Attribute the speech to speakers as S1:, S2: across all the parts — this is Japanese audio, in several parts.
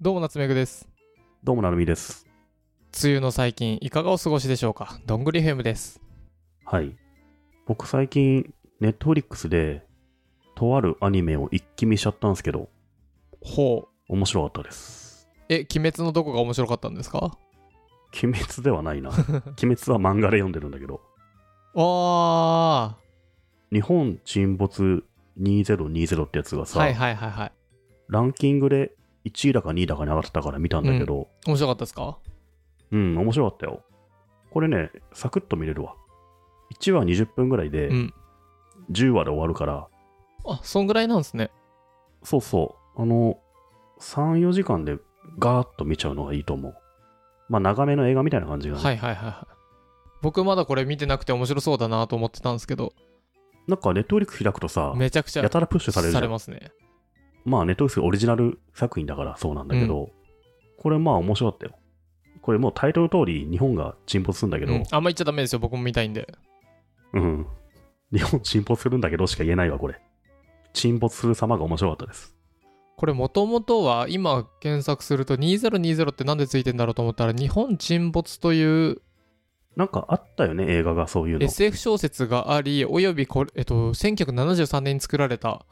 S1: どうも夏目ぐです
S2: どうもなるみです。
S1: 梅雨の最近いかがお過ごしでしょうかどんぐりフェムです
S2: はい。僕最近、ネットフリックスで、とあるアニメを一気見しちゃったんですけど、
S1: ほう
S2: 面白かったです。
S1: え鬼滅のどこが面白かったんですか
S2: 鬼滅ではな いな。鬼滅は漫画で読んでるんだけど、
S1: あ
S2: 日本沈没2020ってやつが
S1: ー
S2: さ、
S1: はいはいはいはい
S2: ランキングで1位だか2位だかに上がってたから見たんだけど、
S1: 面白かったですか
S2: うん、面白かったよ。これね、サクッと見れるわ。1話20分ぐらいで
S1: うん、
S2: 10話で終わるから、
S1: あそんぐらいなんですね
S2: そうそう。あの、3、4時間でガーッと見ちゃうのがいいと思う。まあ、長めの映画みたいな感じがね、
S1: はいはいはいはい僕まだこれ見てなくて面白そうだなと思ってたんですけど
S2: なんか、ネットフリックス開くとさ、
S1: めちゃくちゃ
S2: やたらプッシュされるじゃん。ま
S1: ますね
S2: あ、ネットフリックスオリジナル作品だからそうなんだけど、これまあ面白かったよ。これもうタイトル通り日本が沈没するんだけど、
S1: うんあんま言っちゃダメですよ僕も見たいんで
S2: うん、日本沈没するんだけどしか言えないわ、これ。沈没する様が面白かったです。
S1: これもともとは今検索すると2020ってなんでついてんだろうと思ったら日本沈没という
S2: なんかあったよね、映画がそういうの。
S1: SF 小説がありおよびこれ、えっと、1973年に作られた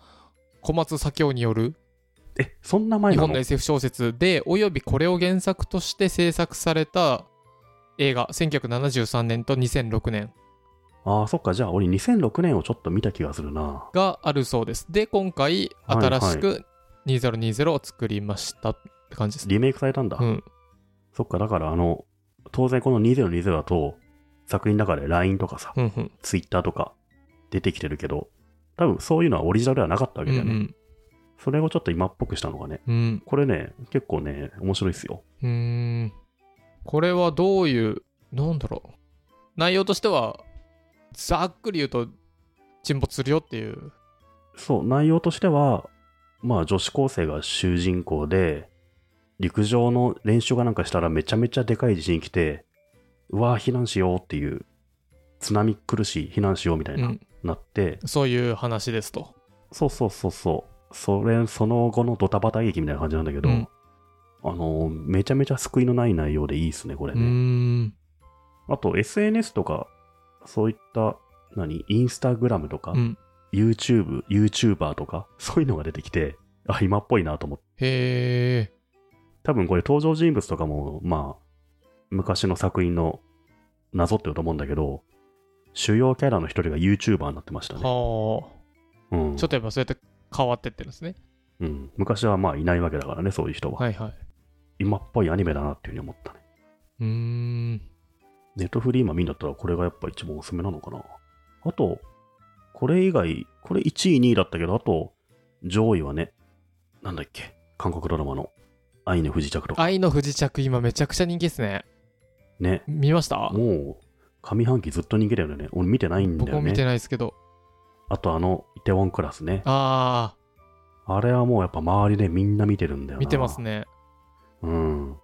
S1: 小松左京による
S2: え、そんな前
S1: 日
S2: な
S1: 本
S2: の
S1: の SF 小説でおよびこれを原作として制作された映画1973年と2006年
S2: ああ、そっか、じゃあ俺2006年をちょっと見た気がするな。
S1: があるそうですで今回
S2: はいはい
S1: 新しく2020を作りましたって感じですね、
S2: リメイクされたんだ。
S1: うん、
S2: そっか、だからあの、当然この2020だと、作品の中で LINE とかさ、
S1: うんうん、
S2: Twitter とか出てきてるけど、多分そういうのはオリジナルではなかったわ
S1: う
S2: け
S1: ん
S2: だ
S1: う
S2: よね。
S1: ん
S2: それをちょっと今っぽくしたのがね、
S1: うん
S2: これね、結構ね、面白いっすよ。
S1: うーんこれはどういうなんだろう内容としてはざっくり言うと沈没するよっていう
S2: そう、内容としては、まあ女子高生が主人公で、陸上の練習がなんかしたらめちゃめちゃでかい地震来て、うわー避難しようっていう、津波来るし避難しようみたいな、
S1: うん
S2: なって、
S1: そういう話ですと。
S2: そうそうそうそう。それ、その後のドタバタ劇みたいな感じなんだけど、
S1: うん
S2: あの、めちゃめちゃ救いのない内容でいいっすね、これ
S1: うー
S2: ね。
S1: ん。
S2: あと、SNS とか、そういった、何、インスタグラムとか、
S1: うん、
S2: YouTube、YouTuber とか、そういうのが出てきて、あ、今っぽいなと思って。
S1: へえ。
S2: 多分これ登場人物とかも、まあ、昔の作品のなぞってると思うんだけど、主要キャラの一人が YouTuber になってました
S1: はあ。ち。
S2: ね
S1: ょ
S2: うん
S1: っとやっぱそうやって変わってってるんですね。
S2: うん、昔はまあいないわけだからね、そういう人は。
S1: はいはい。
S2: 今っぽいアニメだなっていうふうに思ったね。
S1: うーん。
S2: ネットフリー今見んだったらこれがやっぱ一番おすすめなのかな。あと、これ以外、これ1位、2位だったけど、あと、上位はね、なんだっけ、韓国ドラマの愛の不時着とか。
S1: 愛の不時着、今めちゃくちゃ人気ですね。
S2: ね、
S1: 見ました、
S2: もう、上半期ずっと逃げてるよね。俺見てないんだ
S1: 僕
S2: よ
S1: も見て
S2: ね。
S1: ないですけど。
S2: あとあの、イテウォンクラスね。
S1: あ
S2: あれはもうやっぱ周りでみんな見てるんだ
S1: あ、
S2: よな。
S1: 見てます。ね。
S2: うん。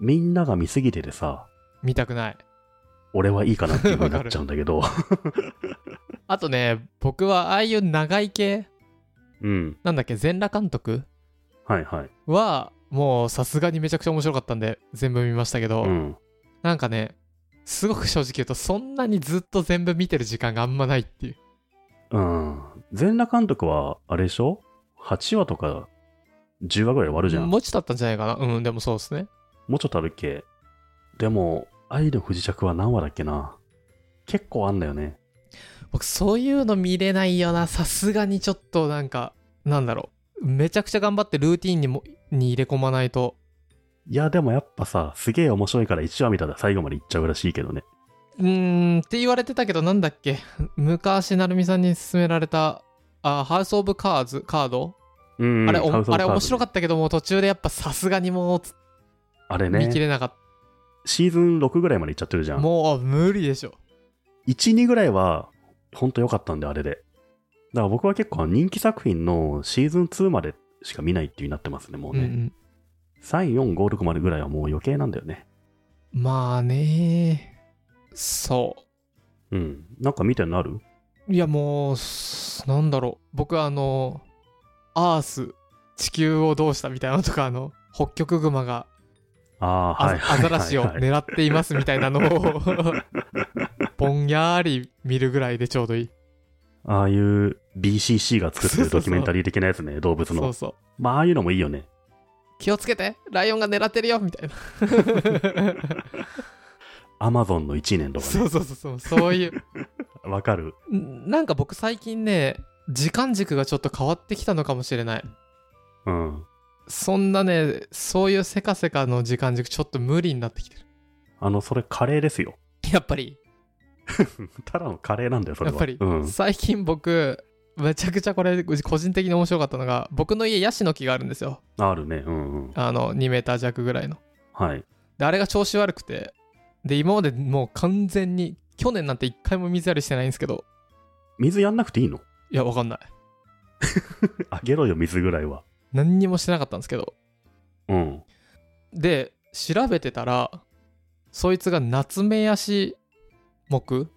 S2: みんなが見すぎててさ、
S1: 見たくない。
S2: 俺はいいかなっていう風になっちゃうんだけ ど。
S1: あとね、僕はああいう長い系、
S2: うん。
S1: なんだっけ、全裸監督
S2: はいはい。
S1: は、もうさすがにめちゃくちゃ面白かったんで、全部見ましたけど、
S2: うん。
S1: なんかね、すごく正直言うと、そんなにずっと全部見てる時間があんまないっていう。
S2: うん。全裸監督は、あれでしょ ?8 話とか10話ぐらいで終わるじゃん。も
S1: もうちょっとあったんじゃないかなうんでもそうですね
S2: うちょっとあるっけでも、愛の不時着は何話だっけな結構あんだよね。
S1: 僕そういうの見れないよなさすがにちょっとなんかなんだろうめちゃくちゃ頑張ってルーティーンにもに入れ込まないと
S2: いや、でもやっぱさ、すげえ面白いから1話見たら最後までいっちゃうらしいけどね。
S1: うーんって言われてたけどなんだっけ昔成美さんに勧められたあハウス・オブ・カーズカード、
S2: うん。
S1: あれお
S2: ハウスオブ
S1: あれ
S2: カード
S1: 面白かったけどもう途中でやっぱさすがにもうつ、
S2: あれ
S1: 見切
S2: ね、
S1: れなかっ
S2: シーズン6ぐらいまでいっちゃってるじ
S1: た
S2: ゃん。
S1: もう無理でしょ
S2: 1、2ぐらいは、ほんと良かったんで、あれで。だから僕は結構人気作品のシーズン2までしか見ないっていう風になってますね、も
S1: う、
S2: うね。
S1: ん
S2: 3、4、5、6までぐらいはもう余計なんだよね。
S1: うん、まあねそう
S2: うん。なんか見てなる
S1: いやもうすなんだろう僕はあのアース地球をどうしたみたいなのとかあのホッキョクグマが
S2: ああ、
S1: ア,、
S2: はいはいはいはい。
S1: ザラシを狙っていますみたいなのをぼんやり見るぐらいでちょうどいい
S2: ああいう BCC が作って
S1: そうそうそう
S2: るドキュメンタリー的なやつね、動物
S1: そう
S2: の。
S1: そう
S2: まあ、ああいうのもいいよね。
S1: 気をつけてライオンが狙ってるよみたい な
S2: アマゾンの1年とか
S1: そ
S2: ね。
S1: うそうそうそうそういう
S2: わかる。
S1: んなんか僕最近ね時間軸がちょっと変わってきたのかもしれない
S2: うん。
S1: そんなねそういうせかせかの時間軸ちょっと無理になってきてる
S2: あの、それカレーですよ。
S1: やっぱり
S2: ただのカレーなんだよ、それ
S1: や
S2: は。
S1: っぱり、
S2: うん。
S1: 最近僕めちゃくちゃこれ個人的に面白かったのが僕の家ヤシの木があるんですよ
S2: あるね。うんうん。
S1: あの2メーター弱ぐらいの
S2: はい。
S1: であれが調子悪くてで今までもう完全に去年なんて一回も水やりしてないんですけど
S2: 水やんなく ていいの
S1: いやわかんない
S2: あげろよ、水ぐらいは。
S1: 何にもしてなかったんですけど
S2: うん。
S1: で調べてたらそいつがナツメヤシ木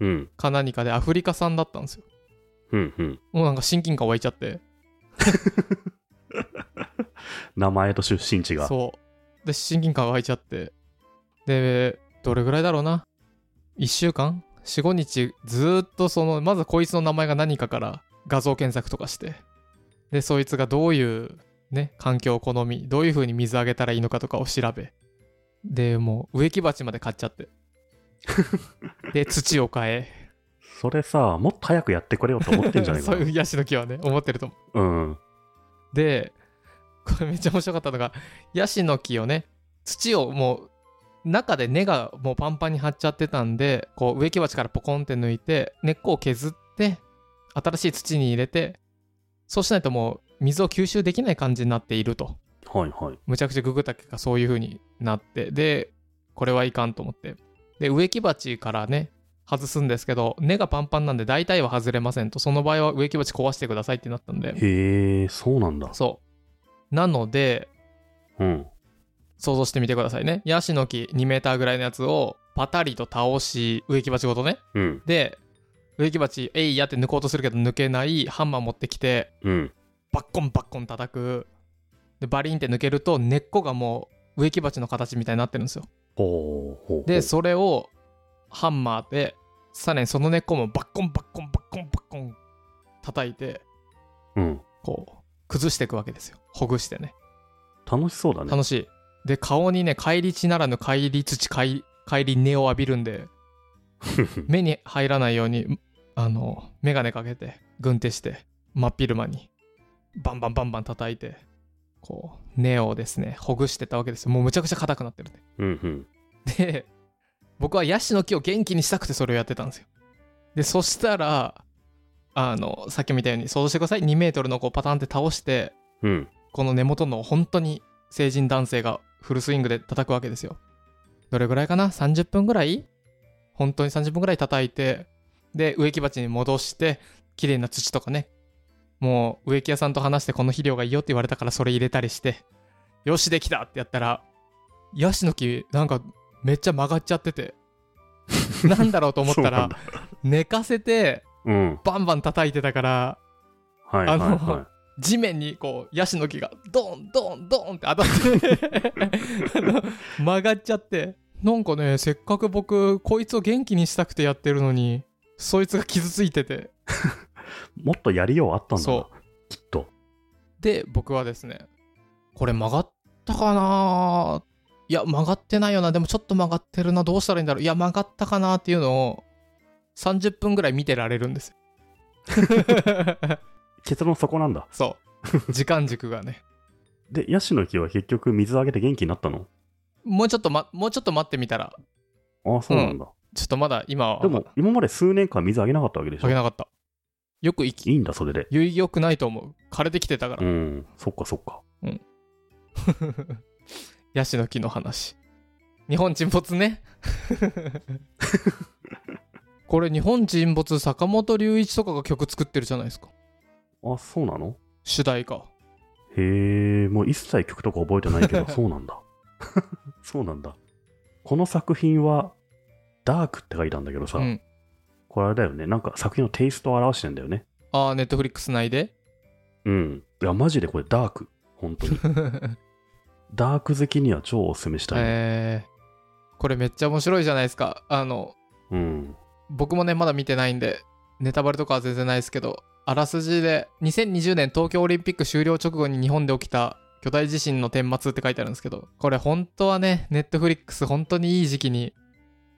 S2: うん。
S1: か何かでアフリカ産だったんですよ
S2: うん。うん。
S1: もうなんか親近感湧いちゃって
S2: 名前と出身地が。
S1: そうで親近感湧いちゃってでどれぐらいだろうな1週間45日ずーっとそのまずこいつの名前が何かから画像検索とかしてでそいつがどういうね環境を好みどういう風に水あげたらいいのかとかを調べでもう植木鉢まで買っちゃって で土を変え
S2: それさ、もっと早くやってくれよと思ってんじゃないか
S1: そ
S2: な。
S1: ういうヤシの木はね思ってると思う
S2: うん。
S1: でこれめっちゃ面白かったのがヤシの木をね土をもう中で根がもうパンパンに張っちゃってたんでこう植木鉢からポコンって抜いて根っこを削って新しい土に入れてそうしないともう水を吸収できない感じになっていると
S2: はいはい。
S1: むちゃくちゃググった結果そういう風になってでこれはいかんと思ってで植木鉢からね外すんですけど根がパンパンなんで大体は外れませんとその場合は植木鉢壊してくださいってなったんで
S2: へえ、そうなんだ。
S1: そう。なので、
S2: うん。
S1: 想像してみてくださいね。ヤシの木2メーターぐらいのやつをパタリと倒し、植木鉢ごとね。
S2: うん。
S1: で、植木鉢、えいやって抜こうとするけど抜けない、ハンマー持ってきて、
S2: うん。
S1: バッコンバッコン叩く。で、バリンって抜けると、根っこがもう植木鉢の形みたいになってるんですよ。
S2: ほうほうほう。
S1: で、それをハンマーで、さらにその根っこもバッコンバッコンバッコンバッコン叩いて、
S2: うん。
S1: こう、崩していくわけですよ。ほぐしてね。
S2: 楽しそうだね。
S1: 楽しいで顔にね返り血ならぬ返り土返返り根を浴びるんで目に入らないようにあの眼鏡かけて軍手して真っ昼間にバンバンバンバン叩いてこう根をですねほぐしてったわけですよもうむちゃくちゃ硬くなってるん
S2: うんうん。
S1: でで僕はヤシの木を元気にしたくてそれをやってたんですよでそしたらあのさっきみたいに想像してください2メートルの子をパタンって倒して
S2: うん。
S1: この根元の本当に成人男性がフルスイングで叩くわけですよ。どれぐらいかな ?30 分ぐらい本当に30分ぐらい叩いて、で、植木鉢に戻して、綺麗な土とかね、もう植木屋さんと話してこの肥料がいいよって言われたからそれ入れたりして、よしできたってやったら、ヤシの木なんかめっちゃ曲がっちゃって て、なんだろうと思った
S2: そうな
S1: ら
S2: んだ、
S1: 寝かせて
S2: うん。
S1: バンバン叩いてたから、
S2: はいはい
S1: あの
S2: は
S1: 地面にこうヤシの木がドンドンドンって当たって あの曲がっちゃってなんかねせっかく僕こいつを元気にしたくてやってるのにそいつが傷ついてて
S2: い。もっとやりようあったんだな。
S1: そ
S2: きっと。
S1: で僕はですねこれ曲がったかないや曲がってないよなでもちょっと曲がってるなどうしたらいいんだろういや曲がったかなっていうのを30分ぐらい見てられるんですよ
S2: 結論そこなんだ。
S1: そう時間軸がね
S2: で、ヤシの木は結局水あげて元気になったの
S1: もうちょっと、ま、もうちょっと待ってみたら
S2: ああ、そうなんだ。
S1: ちょっとまだ今は
S2: でも、今まで数年間水あげなかったわけでし
S1: あ
S2: ょ
S1: げ。なかった。よく生き、
S2: いいんだ、それで。
S1: よよくないと思う。枯れてきてたか
S2: う
S1: ら。
S2: ん。そっかそっか。
S1: ヤシの木の話。日本沈没 ね。これ日本沈没坂本龍一とかが曲作ってるじゃないですか。
S2: あ、そうなの
S1: 主題歌。
S2: へえ、もう一切曲とか覚えてな いけど、そうなんだ。 そうなんだ。この作品は、ダークって書いたんだけどさ、
S1: うん。
S2: これあれだよね。なんか作品のテイストを表してんだよね。
S1: あ あ、ネットフリックス内で。
S2: うん。いや、マジでこれダーク。本当に。ダーク好きには超おすすめしたい。
S1: えーこれめっちゃ面白いじゃないですか。あの、
S2: うん。
S1: 僕もね、まだ見てないんで、ネタバレとかは全然ないですけど、あらすじで、2020年東京オリンピック終了直後に日本で起きた巨大地震の顛末って書いてあるんですけど、これ本当はね、ネットフリックス本当にいい時期に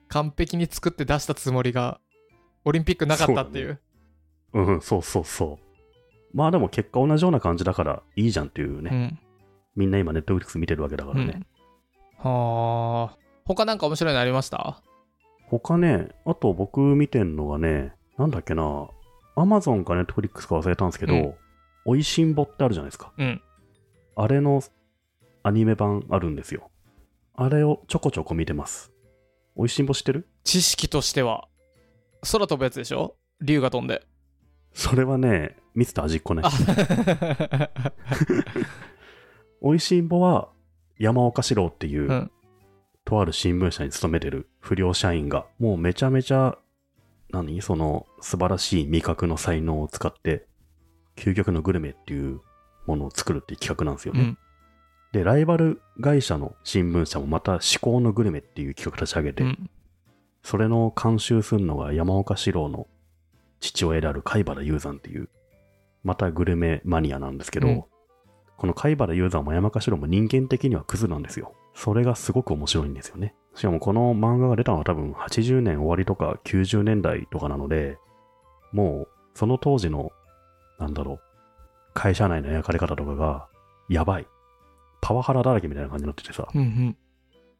S1: 完璧に作って出したつもりが、オリンピックなかったっていう。
S2: うん、そうそうそう。まあでも結果同じような感じだからいいじゃんっていうね。
S1: うん。
S2: みんな今ネットフリックス見てるわけだからね。
S1: うん、はあ。他なんか面白いのありました
S2: 他ね、あと僕見てんのがね、なんだっけな、アマゾンかネットフリックスか忘れたんですけど、
S1: うん
S2: おいしんぼってあるじゃないですか。
S1: うん。
S2: あれのアニメ版あるんですよ。あれをちょこちょこ見てます。おいしんぼ知ってる
S1: 知識としては、空飛ぶやつでしょ竜が飛んで。
S2: それはね、ミスター味っ子ね
S1: あ。
S2: おいしんぼは山岡四郎っていう、
S1: うん
S2: とある新聞社に勤めてる不良社員が、もうめちゃめちゃ、何その素晴らしい味覚の才能を使って、究極のグルメっていうものを作るっていう企画なんですよ
S1: う
S2: ね。
S1: ん。
S2: で、ライバル会社の新聞社もまた至高のグルメっていう企画立ち上げて、
S1: うん
S2: それの監修するのが山岡四郎の父親である貝原雄山っていう、またグルメマニアなんですけど、
S1: うん
S2: この貝原雄山も山岡四郎も人間的にはクズなんですよ。それがすごく面白いんですよね。しかもこの漫画が出たのは多分80年終わりとか90年代とかなので、もうその当時の、なんだろう、会社内の描かれ方とかが、やばい。パワハラだらけみたいな感じになっててさ、
S1: うんうん。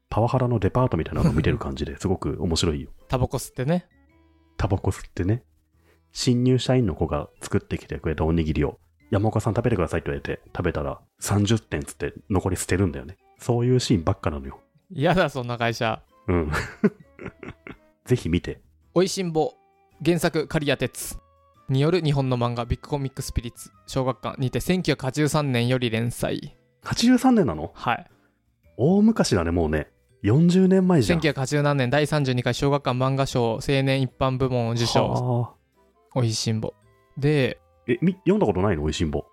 S2: パワハラのデパートみたいなのを見てる感じですごく面白いよ。
S1: タバコ吸ってね。
S2: タバコ吸ってね、新入社員の子が作ってきてくれたおにぎりを、山岡さん食べてくださいって言われて、食べたら30点つって残り捨てるんだよね。そういうシーンばっかなのよ。
S1: 嫌だ、そんな会社。
S2: うん。 ぜひ見て。
S1: おいしんぼ、原作、刈谷哲による日本の漫画、ビッグコミックスピリッツ、小学館にて1983年より連載。
S2: 83年なの
S1: はい。
S2: 大昔だね、もうね。40年前じゃん。
S1: 1987年第32回小学館漫画賞青年一般部門を受賞。
S2: はあ
S1: おいしんぼ。で、
S2: え、み読んだことないのおいしんぼ。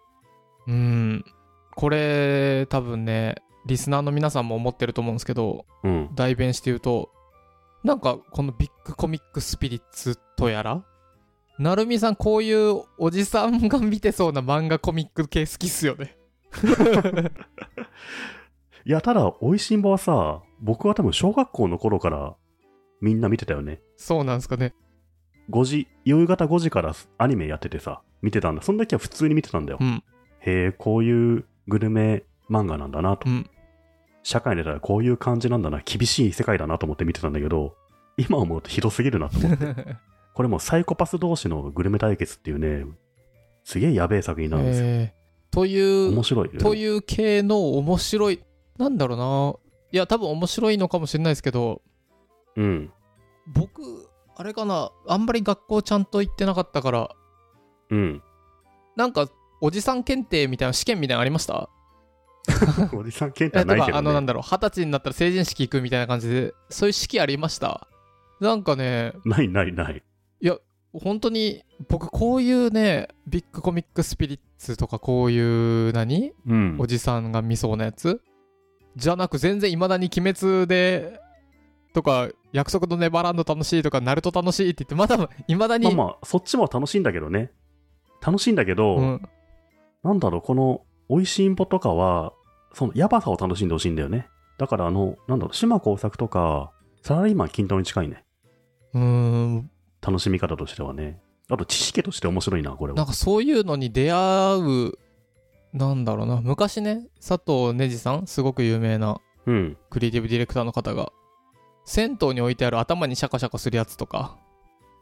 S1: うーん、これ多分ね、リスナーの皆さんも思ってると思うんですけど、
S2: うん。
S1: 代弁して言うと、なんかこのビッグコミックスピリッツとやら、なるみさん、こういうおじさんが見てそうな漫画コミック系好きっすよね。
S2: いや、ただ、おいしんぼはさ、僕は多分小学校の頃からみんな見てたよね。
S1: そうなんですかね。
S2: 5時、夕方5時からアニメやっててさ、見てたんだ。その時は普通に見てたんだよ。
S1: うん。
S2: へえ、こういうグルメ漫画なんだなと。
S1: うん。
S2: 社会に出たらこういう感じなんだな、厳しい世界だなと思って見てたんだけど、今思うとひどすぎるなと思う。これもうサイコパス同士のグルメ対決っていうね、すげえやべえ作品なんですよ。
S1: えーという
S2: 面、白いよね、
S1: という系の面白い、なんだろうな。いや、多分面白いのかもしれないですけど、
S2: うん。
S1: 僕あれかなあんまり学校ちゃんと行ってなかったから
S2: うん。
S1: なんかおじさん検定みたいな試験みたいなのありました
S2: おじさん検
S1: え
S2: 定
S1: と
S2: はない
S1: か
S2: け
S1: あのな
S2: ど、
S1: ん
S2: ね。
S1: だろう二十歳になったら成人式行くみたいな感じでそういう式ありましたなんかね
S2: ないないない。
S1: 本当に僕こういうねビッグコミックスピリッツとかこういう何
S2: うん
S1: お。じさんが見そうなやつじゃなく全然いまだに「鬼滅」でとか「約束のネバーランド楽しい」とか「ナルト楽しい」って言ってまだいまだに、
S2: まあまあ、そっちも楽しいんだけどね。楽しいんだけど、
S1: うん、
S2: なんだろう、この、美味しんぼとかは、その、やばさを楽しんでほしいんだよね。だから、あの、なんだろう、島耕作とか、サラリーマン均等に近いね。
S1: うーん
S2: 楽しみ方としてはね。あと、知識として面白いな、これ
S1: なん
S2: は。
S1: かそういうのに出会うなんだろうな昔ね佐藤ねじさんすごく有名な
S2: うん。
S1: クリエイティブディレクターの方が銭湯に置いてある頭にシャカシャカするやつとか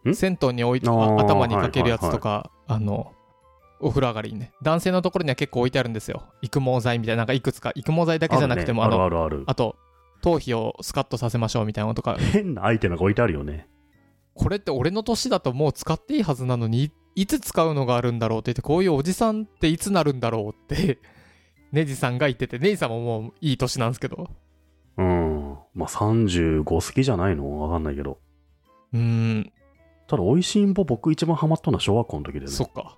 S2: ん
S1: 銭湯に置いて
S2: あー
S1: 頭にかけるやつとか、あのお風呂上がりにね男性のところには結構置いてあるんですよ育毛剤みたいななんかいくつか育毛剤だけじゃなくてもあ,、
S2: あるね
S1: の
S2: あるあるある。
S1: あと頭皮をスカッとさせましょうみたいなのとか
S2: 変なアイテムが置いてあるよね。
S1: これって俺の年だともう使っていいはずなのにいいつ使うのがあるんだろうって言ってこういうおじさんっていつなるんだろうって ネジさんが言っててネジさんももういい年なんですけど
S2: うん。まあ、35好きじゃないのわかんないけど。
S1: うーん
S2: ただ、美味しんぼ僕一番ハマったのは小学校の時だよね。
S1: そっか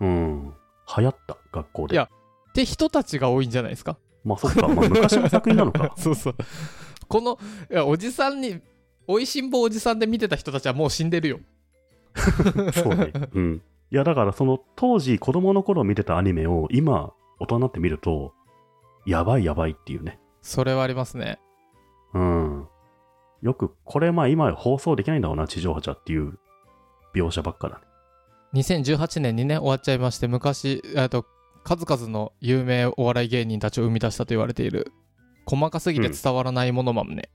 S2: うん。流行った、学校
S1: い
S2: で。
S1: やって人たちが多いんじゃないですか。
S2: まあそっか、まあ、昔の作品なのか
S1: そうそうこのいやおじさんに「おいしんぼおじさん」で見てた人たちはもう死んでるよ
S2: そう ね。うん。いや、だからその当時子供の頃見てたアニメを今大人になって見ると、やばいやばいっていうね。
S1: それはありますね
S2: うん。よく、これまあ今放送できないんだろうな、地上波じゃっていう描写ばっかだね。
S1: 2018年にね終わっちゃいまして昔えっと数々の有名お笑い芸人たちを生み出したと言われている細かすぎて伝わらないものまんね、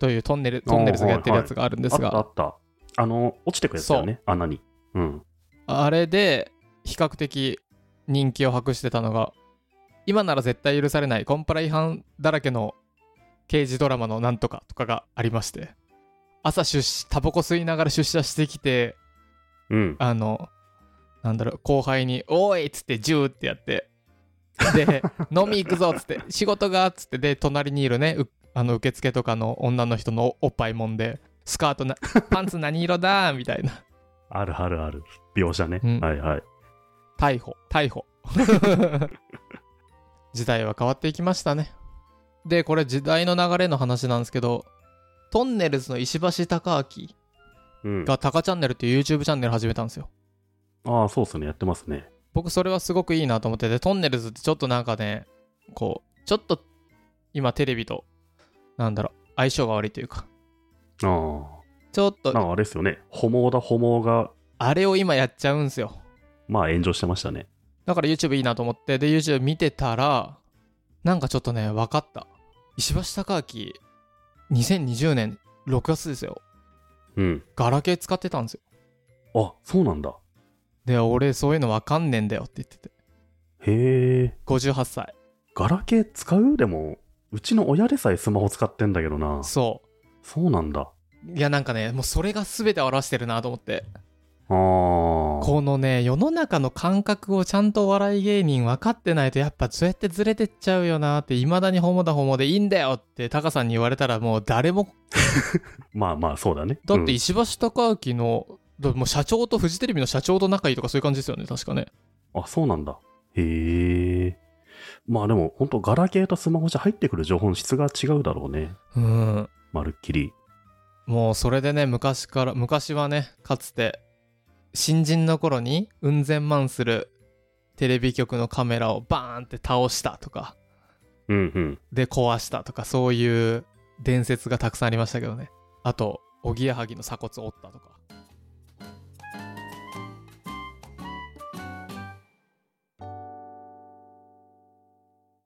S1: というトンネルトンネルズがやってるやつがあるんですが、
S2: あったあった。あの、落ちてくやつだよね、穴に。うん。
S1: あれで比較的人気を博してたのが今なら絶対許されないコンプラ違反だらけの刑事ドラマのなんとかとかがありまして朝出社タバコ吸いながら出社してきて
S2: うん。
S1: あのなんだろう後輩に「おい!」っつって「ジュー」ってやってで 「飲み行くぞ!」っつって「仕事が!」っつってで隣にいるねうあの受付とかの女の人のおっぱいもんで「スカートな パンツ何色だ?」みたいな
S2: あるあるある。描写ね。
S1: うん
S2: はいはい。
S1: 逮捕逮捕時代は変わっていきましたねでこれ時代の流れの話なんですけどトンネルズの石橋貴
S2: うん
S1: 明。が「タカチャンネル」っていう YouTube チャンネル始めたんですよ
S2: ああ、そうっすね。やってますね。
S1: 僕それはすごくいいなと思っててトンネルズってちょっとなんかねこうちょっと今テレビとなんだろう相性が悪いというか
S2: ああ。
S1: ちょっ
S2: な
S1: と
S2: んかあれですよね。ホモだ、ホモが、
S1: あれを今やっちゃうんですよ
S2: まあ炎上してましたね。
S1: だから YouTube いいなと思ってで YouTube 見てたらなんかちょっとね分かった石橋貴明2020年6月ですよ
S2: うん。
S1: ガラケー使ってたんですよ
S2: あ、そうなんだ。
S1: で俺そういうの分かんねえんだよって言ってて
S2: へえ。
S1: 58歳
S2: ガラケー使うでも、うちの親でさえスマホ使ってんだけどな。
S1: そ
S2: そうなんだ。
S1: ういやなんかねもうそれが全て表してるなと思って
S2: ああ。
S1: このね世の中の感覚をちゃんとお笑い芸人分かってないとやっぱそうやってずれてっちゃうよなっていまだにホモだホモでいいんだよってタカさんに言われたらもう誰も
S2: まあまあ、そうだね。
S1: だっ
S2: うん
S1: て石橋貴明の、だもう社長とフジテレビの社長と仲いいとかそういう感じですよね確かね
S2: あ、そうなんだ。へえ。まあでも、本当ガラケーとスマホじゃ入ってくる情報の質が違うだろうね。
S1: うん
S2: まるっきり。
S1: もうそれでね昔から昔はねかつて新人の頃にうん千万するテレビ局のカメラをバーンって倒したとか
S2: うんうん。
S1: で壊したとかそういう伝説がたくさんありましたけどねあとおぎやはぎの鎖骨を折ったとか